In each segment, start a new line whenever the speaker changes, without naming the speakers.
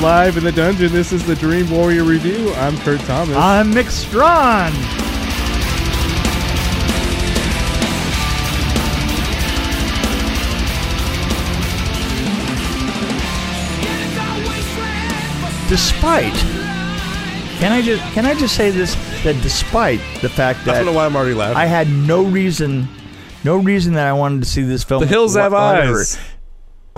live in the dungeon. This is the Dream Warrior Review. I'm Kurt Thomas.
I'm Mick Strawn. Despite, can I just can I just say this? That despite the fact
I don't know
that
why I'm already laughing.
I had no reason, no reason that I wanted to see this film.
The Hills Have
whatsoever.
Eyes.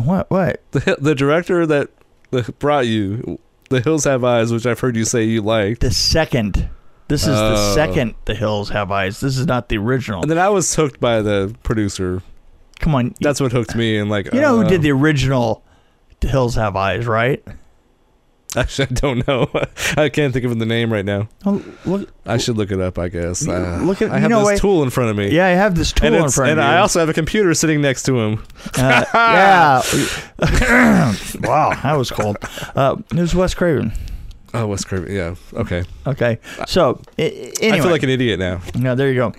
What? What?
The hi- the director that that brought you The Hills Have Eyes, which I've heard you say you liked.
The second. This is the
Oh.
second. The Hills Have Eyes. This is not the original.
And then I was hooked by the producer.
Come on,
That's what hooked me and like
You know
uh,
who did the original The Hills Have Eyes, right?
Actually, I don't know. I can't think of the name right now.
Oh, look,
I should look it up, I guess. Uh,
Look at-
I
you
have
know
this
what?
tool in front of me.
yeah, I have this tool
And,
in
it's,
front
and
of me.
I also have a computer sitting next to him.
Uh, yeah. wow, that was cold. Uh, it was Wes Craven.
Oh, Wes Craven. Yeah. Okay.
Okay, so I- I- anyway,
I feel like an idiot now.
no, there you go.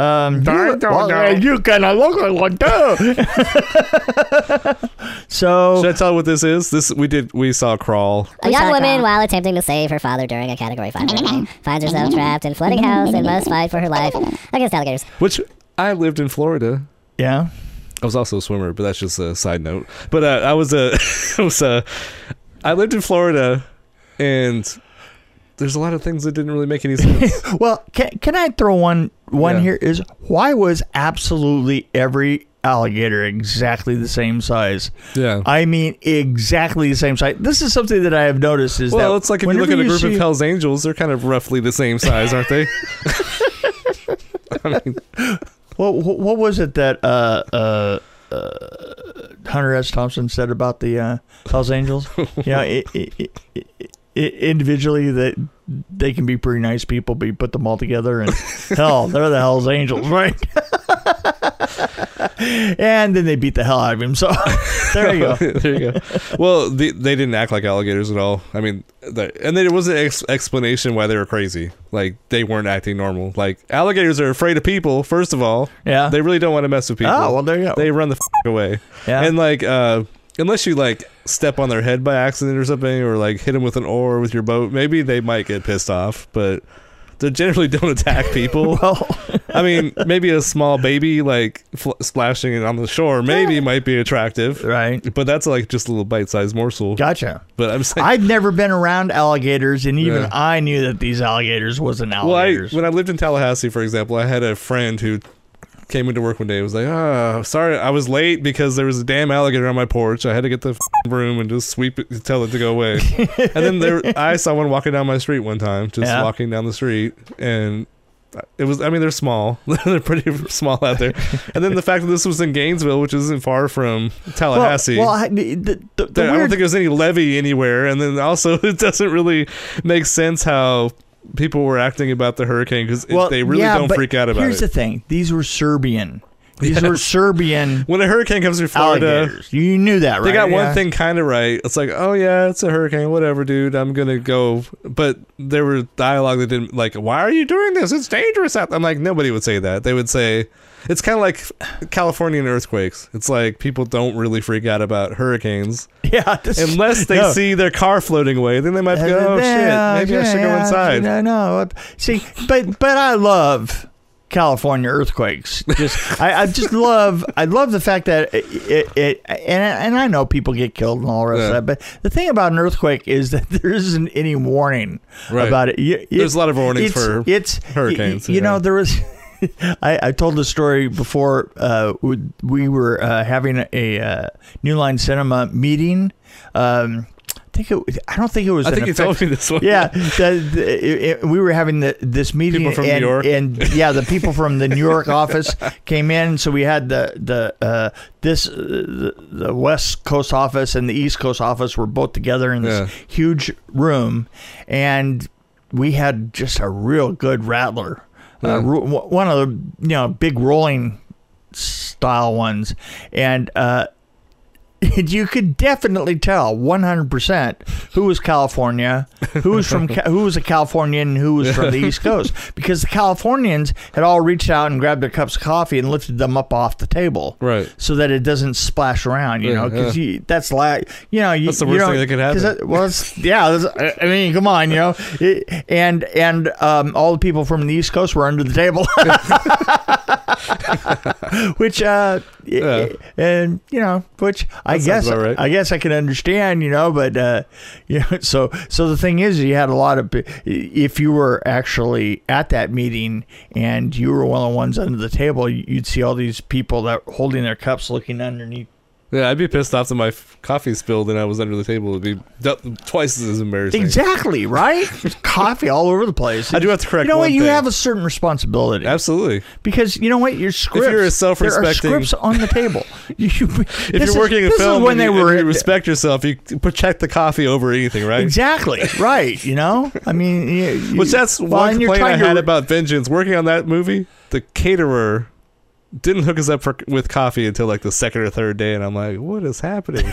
Um,
don't know.
you kind of look like that. so
Should I tell what this is? This we did. We saw Crawl.
A young woman, while attempting to save her father during a Category 5 hurricane, finds herself trapped in flooding house and must fight for her life against alligators.
Which I lived in Florida.
yeah,
I was also a swimmer, but that's just a side note. But uh, I was a, I was a, I lived in Florida, and there's a lot of things that didn't really make any sense.
Well, can can I throw one one
Yeah.
here? Is why was absolutely every alligator exactly the same size?
yeah.
I mean, exactly the same size. This is something that I have noticed is
well,
that
it's like if you look
whenever
at a group
see-
of Hell's Angels, they're kind of roughly the same size, aren't they?
What, what what was it that uh, uh, uh, Hunter S. Thompson said about the uh, Hell's Angels? you know, i i i i i individually that they can be pretty nice people, but you put them all together and hell, they're the Hell's Angels, right? and then they beat the hell out of him. So there you go.
there you go. Well, the, they didn't act like alligators at all. I mean, the, and there was an ex- explanation why they were crazy. Like they weren't acting normal. Like alligators are afraid of people. First of all,
Yeah.
they really don't want to mess with people.
oh well, there you go.
they run the f- away.
Yeah.
And like, uh, unless you like step on their head by accident or something, or like hit them with an oar with your boat, maybe they might get pissed off. But they generally don't attack people.
well,
I mean, maybe a small baby like fl- splashing it on the shore maybe might be attractive.
right.
But that's like just a little bite-sized morsel.
Gotcha.
But I'm saying,
I'd never been around alligators, and even
Yeah.
I knew that these alligators wasn't
well, I,
alligators.
when I lived in Tallahassee, for example, I had a friend who came into work one day. and was like, "Ah, sorry, I was late because there was a damn alligator on my porch. I had to get the f***ing broom and just sweep it, tell it to go away." and then there, I saw one walking down my street one time, just
Yeah.
walking down the street, and. It was. I mean, they're small. they're pretty small out there. And then the fact that this was in Gainesville, which isn't far from
well,
Tallahassee.
well, I, the, the, the
There- I don't
weird
think there's any levy anywhere, and then also it doesn't really make sense how people were acting about the hurricane because they really
yeah,
don't
but
freak out about
here's
it.
the thing: these were Serbian. These were Serbian
when a hurricane comes through Florida,
alligators. You knew that, right?
they got
Yeah.
one thing kind of right. It's like, oh yeah, it's a hurricane, whatever, dude. I'm gonna go. But there were dialogue that didn't like, why are you doing this? It's dangerous out. I'm like, nobody would say that. They would say. It's kind of like Californian earthquakes. It's like people don't really freak out about hurricanes.
Yeah, this-
Unless they
no.
see their car floating away, then they might
Uh,
go, "Oh
yeah,
shit, maybe I
yeah,
should go
yeah,
inside."
No, no. See, but but I love California earthquakes. Just I, I just love I love the fact that it, it, it and and I know people get killed and all the rest
Yeah.
of that. But the thing about an earthquake is that there isn't any warning
Right.
about it. You- you-
There's a lot of warnings
it's-
for
it's y-
hurricanes,
y- You,
yeah.
know, there was. I, I told the story before uh, we- we were uh, having a uh, New Line Cinema meeting. Um, I think it, I don't think it was.
I
an
think you
effect-
told me this one.
yeah, the, the, it, it- we were having the, this meeting.
People from New
and,
York.
and yeah, the people from the New York office came in, so we had the the uh, this uh, the, the West Coast office and the East Coast office were both together in this huge room, and we had just a real good rattler, uh,
Yeah.
ru- one of the you know big rolling style ones, and. Uh, you could definitely tell 100% who was California, who was from Ca- who was a Californian, and who was from the East Coast because the Californians had all reached out and grabbed their cups of coffee and lifted them up off the table.
Right.
So that it doesn't splash around, you
Yeah,
know, because that's like, you know, you,
That's the
you
worst
don't-
thing that could
'cause
happen.
that- well, it's, yeah, that's- I- I mean, come on, you know, It- and and um, all the people from the East Coast were under the table. which uh y-
Yeah.
y- and you know which i
sounds
guess
about right.
i guess i can understand you know but uh you know so so the thing is you had a lot of pe- if you were actually at that meeting and you were one of the ones under the table you'd see all these people that were holding their cups looking underneath
Yeah, I'd be pissed off that my f- coffee spilled and I was under the table. It'd be du- twice as embarrassing.
exactly right There's coffee all over the place
I do have to correct
you know
one
what you
thing.
have a certain responsibility
Absolutely.
Because you know what, your scripts.
you're a
there are
self-respecting-
scripts on the table. You, if
If you're working in
this
film,
is when
and
they
you, and
were
you respect yourself. You protect the coffee over anything, right?
exactly right. You know, I mean, you, you-
Which that's
well,
one
and you're
complaint I
trying to
had
re-
about Vengeance. Working on that movie, the caterer didn't hook us up for, with coffee until like the second or third day, and I'm like, what is happening?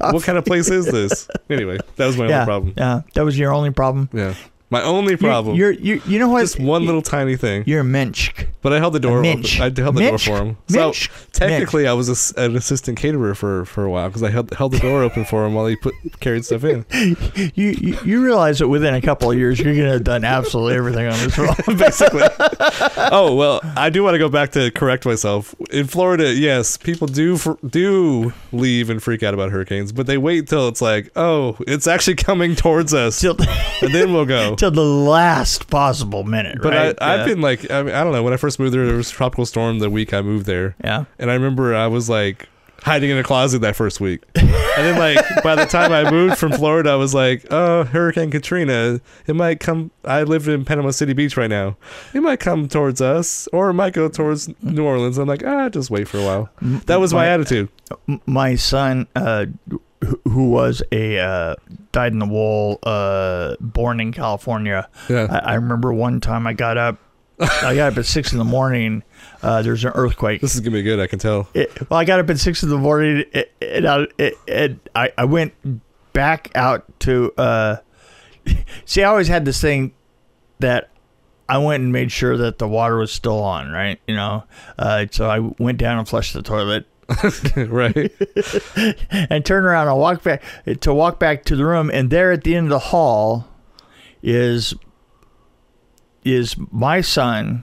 what kind of place is this? Anyway, that was my
Yeah,
only problem.
yeah, uh, that was your only problem.
Yeah, my only
You-
problem.
You're, you, you know what?
just one little tiny thing.
You're a Minsk.
But I held the door. Open.
Minch.
I held the
Minch.
door for him. So
Minch.
technically, I was a s an assistant caterer for for a while because I held held the door open for him while he put carried stuff in.
You, you you realize that within a couple of years you're gonna have done absolutely everything on this roll.
basically. oh well, I do want to go back to correct myself. In Florida, yes, people do fr- do leave and freak out about hurricanes, but they wait till it's like, oh, it's actually coming towards us,
till
and then we'll go.
till the last possible minute.
But
right?
I,
Yeah.
I've been like, I, mean, I don't know. When I first moved there, there was a tropical storm the week I moved there,
yeah.
and I remember I was like hiding in a closet that first week. And then like by the time I moved from Florida, I was like, oh, Hurricane Katrina, it might come I live in Panama City Beach right now. It might come towards us or it might go towards New Orleans. I'm like, ah, just wait for a while. That was my attitude.
M- my son uh who- who was a uh, died in the wool uh, born in California?
Yeah.
I, I remember one time I got up, I got up at six in the morning. Uh, There's an earthquake.
This is gonna be good, I can tell.
It, well, I got up at six in the morning, and, and, I, and I I went back out to. Uh, see, I always had this thing that I went and made sure that the water was still on, right? You know, uh, so I went down and flushed the toilet.
right.
and turn around and walk back to walk back to the room and there at the end of the hall is is my son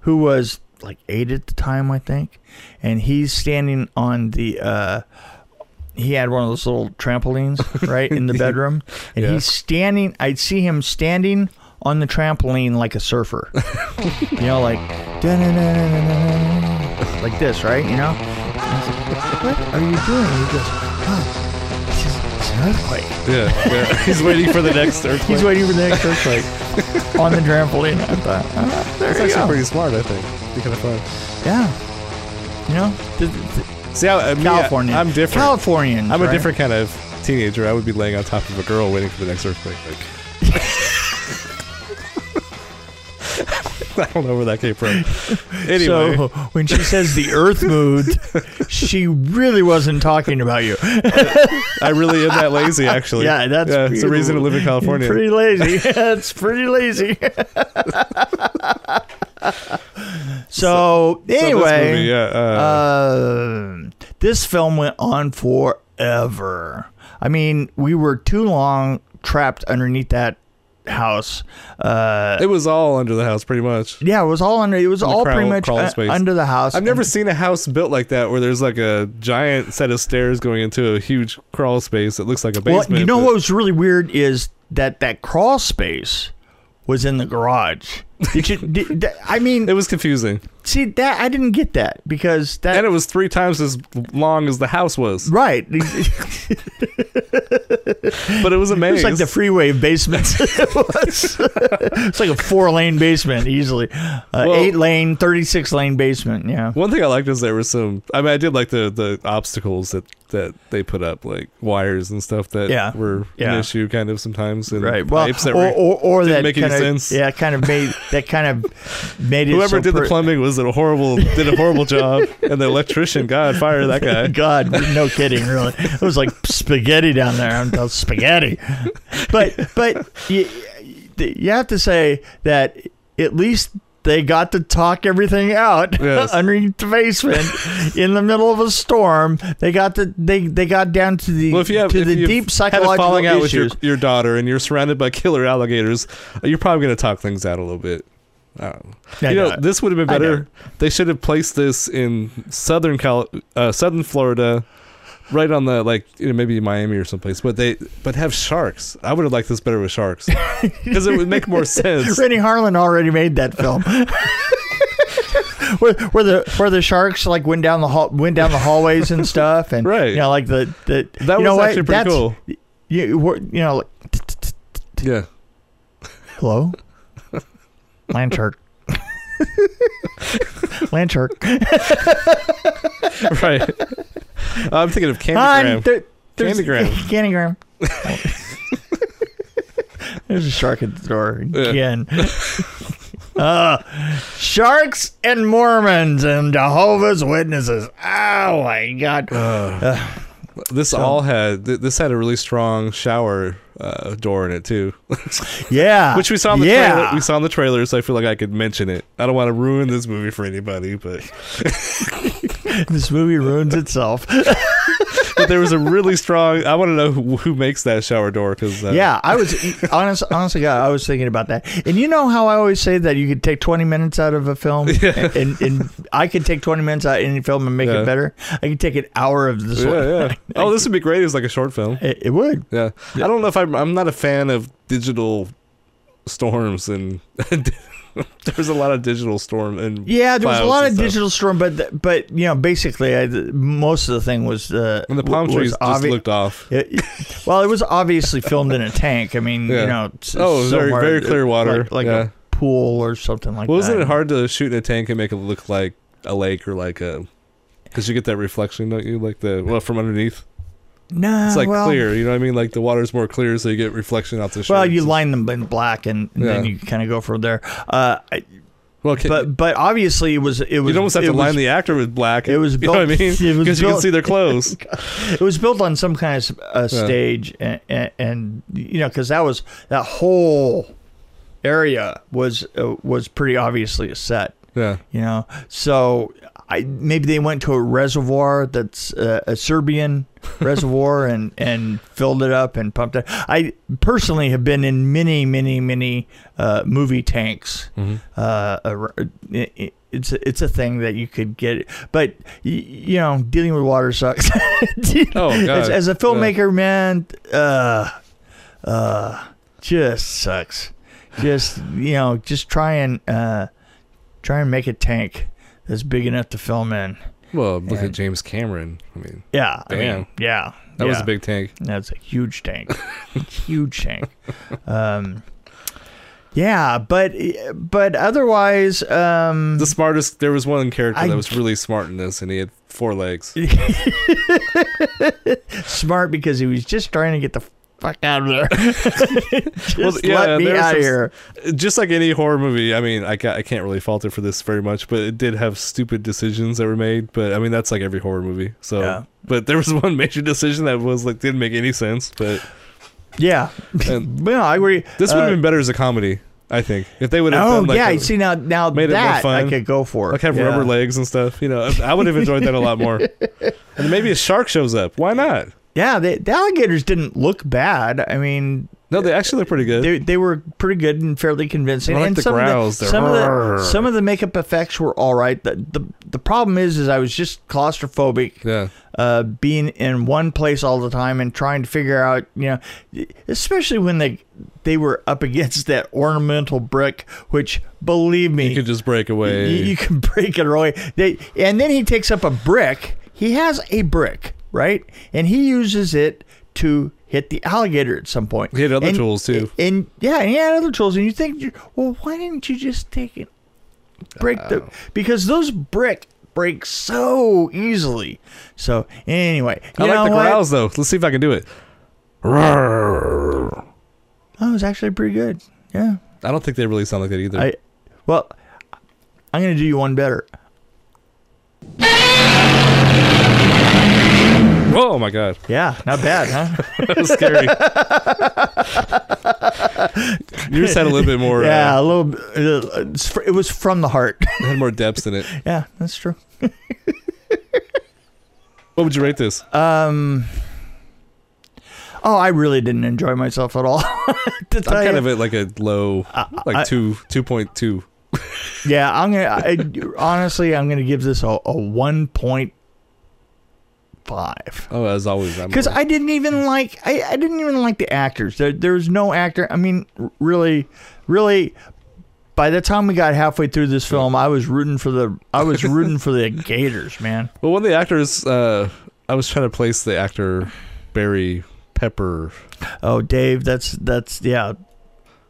who was like 8 at the time I think and he's standing on the uh he had one of those little trampolines right in the bedroom and
Yeah.
he's standing I'd see him standing on the trampoline like a surfer you know like "Da-na-na-na-na-na-na," like this right you know what are you doing? He goes, oh, it's, just, it's an earthquake.
Yeah. yeah. He's waiting for the next earthquake.
He's waiting for the next earthquake on the trampoline. I thought, oh, there
That's
you
actually
go.
pretty smart, I think. Be kind of fun.
yeah. You know, th- th-
See, I, I mean,
California.
I'm different.
Californians.
I'm a
right?
different kind of teenager. I would be laying on top of a girl waiting for the next earthquake. Like, I don't know where that came from. Anyway,
So when she says the earth moved, she really wasn't talking about you.
I really am that lazy, actually.
Yeah, that's
it's the
pretty-
reason to live in California.
Pretty lazy. That's pretty lazy. so,
So this
anyway,
movie, yeah, uh,
Um, this film went on forever. I mean, we were too long trapped underneath that house. Uh,
it was all under the house, pretty much.
yeah, it was all under. It was all
crawl-
pretty much
crawl
uh,
space.
under the house.
I've never
And-
seen a house built like that where there's like a giant set of stairs going into a huge crawl space that looks like a
Well,
basement.
you know
but-
what was really weird is that that crawl space was in the garage. Did you? did, that- I mean,
It was confusing,
see that I didn't get that because that
and it was three times as long as the house was,
right. It
but it was a maze.
was like the freeway basement. it was. it's like a four lane basement easily, uh,
Well-
eight lane, thirty six lane basement. Yeah.
One thing I liked is there was some. I mean, I did like the the obstacles that that they put up, like wires and stuff that
Yeah.
were
Yeah.
an issue kind of sometimes, and
Right. Well,
pipes that
or,
were.
or, or
didn't
that
make any
kind of
sense.
yeah, kind of made that kind of made it.
Whoever
so
did the
per-
plumbing was a horrible did a horrible job, and the electrician, God, fire that guy.
God, no kidding, really. It was like spaghetti down there. I'm told spaghetti. But but you, you have to say that at least they got to talk everything out
Yes.
underneath the basement in the middle of a storm. They got to they they got down to the
Well, if you have
to
if
the
you've
deep
had a
psychological
falling out
issues.
with your, your daughter, and you're surrounded by killer alligators, you're probably going to talk things out a little bit. I don't know.
I
you know,
know it.
this would have been
I know
better. They should have placed this in southern Cal, uh, southern Florida, right on the like you know, maybe Miami or someplace. But they but have sharks. I would have liked this better with sharks because it would make more sense.
Rennie Harlan already made that film. Where, where the where the sharks like went down the hall went down the hallways and stuff and
Right.
you know like the, the
That
you know
was
what?
actually pretty
That's-
cool.
you we're- you know like, t- t- t-
Yeah.
hello land shark land shark
right. I'm thinking of
Hi,
Candygram.
there- there's-
Candygram.
Candygram. there's a shark at the door
Yeah.
again uh, sharks and mormons and jehovah's witnesses oh my
Uh,
god Uh,
this all had th- this had a really strong shower uh, door in it too,
yeah
which we saw in the
yeah
trailer. We saw in the trailer, so I feel like I could mention it. I don't want to ruin this movie for anybody, but
this movie ruins itself
Uh, but there was a really strong. I want to know who, who makes that shower door because uh,
Yeah, I was honest. Honestly, God, I was thinking about that. And you know how I always say that you could take twenty minutes out of a film, and, and, and I could take twenty minutes out of any film and make
Yeah.
it better. I could take an hour of this
yeah,
one.
yeah. Oh, this would be great. It was like a short film.
It, it would.
Yeah, I don't know if I'm. I'm not a fan of digital storms and. There's a lot of digital storm and
Yeah, there was a
clouds
lot
and
of
stuff.
digital storm, but th- but you know, basically, I, the, most of the thing was uh,
and the palm
was
trees just
obvi-
looked off.
It- well, it was obviously filmed in a tank. I mean,
Yeah.
you know, it's,
Oh, very-
somewhere-
very clear water.
like, like
Yeah.
a pool or something like
Well,
that.
isn't it hard to shoot in a tank and make it look like a lake or like a? Because you get that reflection, don't you? Like the well from underneath,
No,
it's like
Uh, well,
clear. You know what I mean? Like the water's more clear, so you get reflection off the shore.
Well, you line them in black, and, and then
Yeah.
you kind of go from there. Uh, I-
well, can,
but but obviously, it was it was
you'd almost have
it
to
was,
line the actor with black.
it was
you know what I
built-
mean?
it was
Because you can
built-
see their clothes.
It was built on some kind of uh, stage, and, and, and you know, because that was that whole area was uh, was pretty obviously a set.
yeah,
You know, so I maybe they went to a reservoir that's uh, a Serbian reservoir and and filled it up and pumped it. I personally have been in many, many, many uh, movie tanks. Uh, ar- i- i- it's a, it's a thing that you could get, but y- you know, dealing with water sucks.
Oh,
as,
God.
as a
Yeah.
filmmaker, man, uh, uh, just sucks. Just you know, just try and uh, try and make a tank that's big enough to film in.
well, look
And-
at James Cameron. I mean,
Yeah, I
Damn.
mean, yeah,
that was
yeah.
a big tank.
That's a huge tank, huge tank. Um, yeah, but but otherwise, um,
The smartest. There was one character
I-
that was really smart in this, and he had four legs.
smart because he was just trying to get the fuck out of there. just
Well, yeah,
let me
there was
out
some-
of here.
just like any horror movie, I mean, I, ca- I can't really fault it for this very much, but it did have stupid decisions that were made. But I mean, that's like every horror movie. So,
Yeah.
but there was one major decision that was like didn't make any sense. But
Yeah,
And-
well, I agree.
this would have
Uh,
been better as a comedy, I think, if they would have
Oh
done like
yeah,
a-
see now now
made it more
that I
fun.
could go for.
like have
yeah.
rubber legs and stuff. You know, I- I would have enjoyed that a lot more. And maybe a shark shows up. Why not?
Yeah, the, the alligators didn't look bad. I mean,
No, they actually look pretty good.
they, they were pretty good and fairly convincing.
I like
and
the
some
growls,
Of the,
the
some, of the,
roar.
some of the makeup effects were all right. The, the the problem is, is I was just claustrophobic,
yeah,
uh, being in one place all the time and trying to figure out, you know, especially when they they were up against that ornamental brick, which believe me,
you could just break
you,
away.
you can break it away. They, and then he takes up a brick. He has a brick, right? And he uses it to hit the alligator at some point.
He had other
And-
tools, too.
And yeah, he had other tools. And you think, well, why didn't you just take it? Break the because those brick break so easily. So anyway,
I
you know
like the
what?
growls though. Let's see if I can do it.
That Oh, was actually pretty good. Yeah,
I don't think they really sound like that either.
I well, I'm going to do you one better.
Whoa, oh my god,
Yeah, not bad, huh?
that was scary. you just had a little bit more, uh,
yeah,
yeah,
a little. b- Uh, it's fr- it was from the heart.
had more depth in it.
yeah, that's true.
What would you rate this?
Um. Oh, I really didn't enjoy myself at all. To
I'm
tell
kind
you.
of at like a low,
I-
like two, two point two.
Yeah, I'm gonna. I, honestly, I'm gonna give this a, a one point five.
Oh, as always, I'm
Because I didn't even like. I, I didn't even like the actors. There, there was no actor. I mean, r- really, really. By the time we got halfway through this film, I was rooting for the. I was rooting for the Gators, man.
Well, one of the actors, uh, I was trying to place the actor Barry Pepper,
Oh, Dave, that's that's yeah.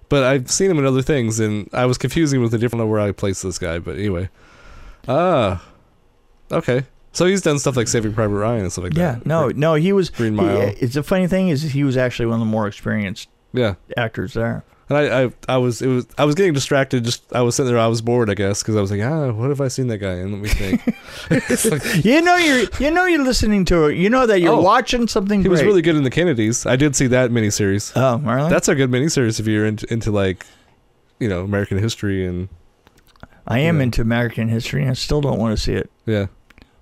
but I've seen him in other things, and I was confusing him with a different I don't know where I placed this guy. But anyway, ah, okay. So he's done stuff like Saving Private Ryan and stuff like
Yeah,
that.
no, no, he was.
Green Mile.
he- it's a funny thing is he was actually one of the more experienced
yeah.
actors there.
And I, I, I was, it was, I was getting distracted. Just I was sitting there, I was bored, I guess, because I was like, ah, what have I seen that guy? in? let me think. It's like,
You know you're you know you're listening to it. You know that you're
Oh,
watching something.
he was
great.
really good in the Kennedys. I did see that miniseries.
Oh, really?
That's a good miniseries if you're into, into like, you know, American history and
I am
yeah.
into American history, and I still don't want to see it.
yeah,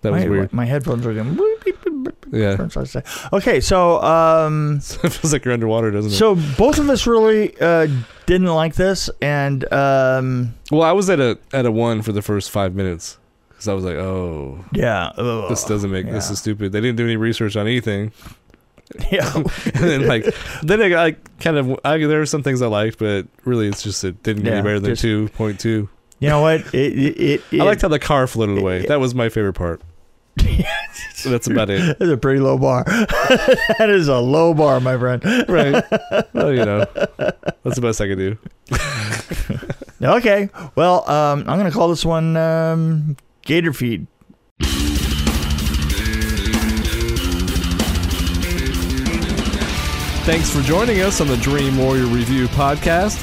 that was
my,
weird.
My headphones are going. Boop, beep, beep, beep,
Yeah.
turns out to say. Okay, so um,
it feels like you're underwater, doesn't it?
so both of us really uh didn't like this, and um,
well, I was at a at a one for the first five minutes because I was like, oh,
yeah, ugh,
this doesn't make this
yeah.
is stupid. They didn't do any research on anything,
yeah.
and then like then I, I kind of I, there were some things I liked, but really it's just it didn't get
Yeah,
any better than
just-
two point two.
You know what? It it, it, it
I liked how the car floated away.
it-
that was my favorite part. So that's about it,
That's a pretty low bar. that is a low bar, my friend.
right? well, you know, that's the best I could do.
Okay, well, um, I'm gonna call this one um, Gator Feed.
Thanks for joining us on the Dream Warrior Review podcast.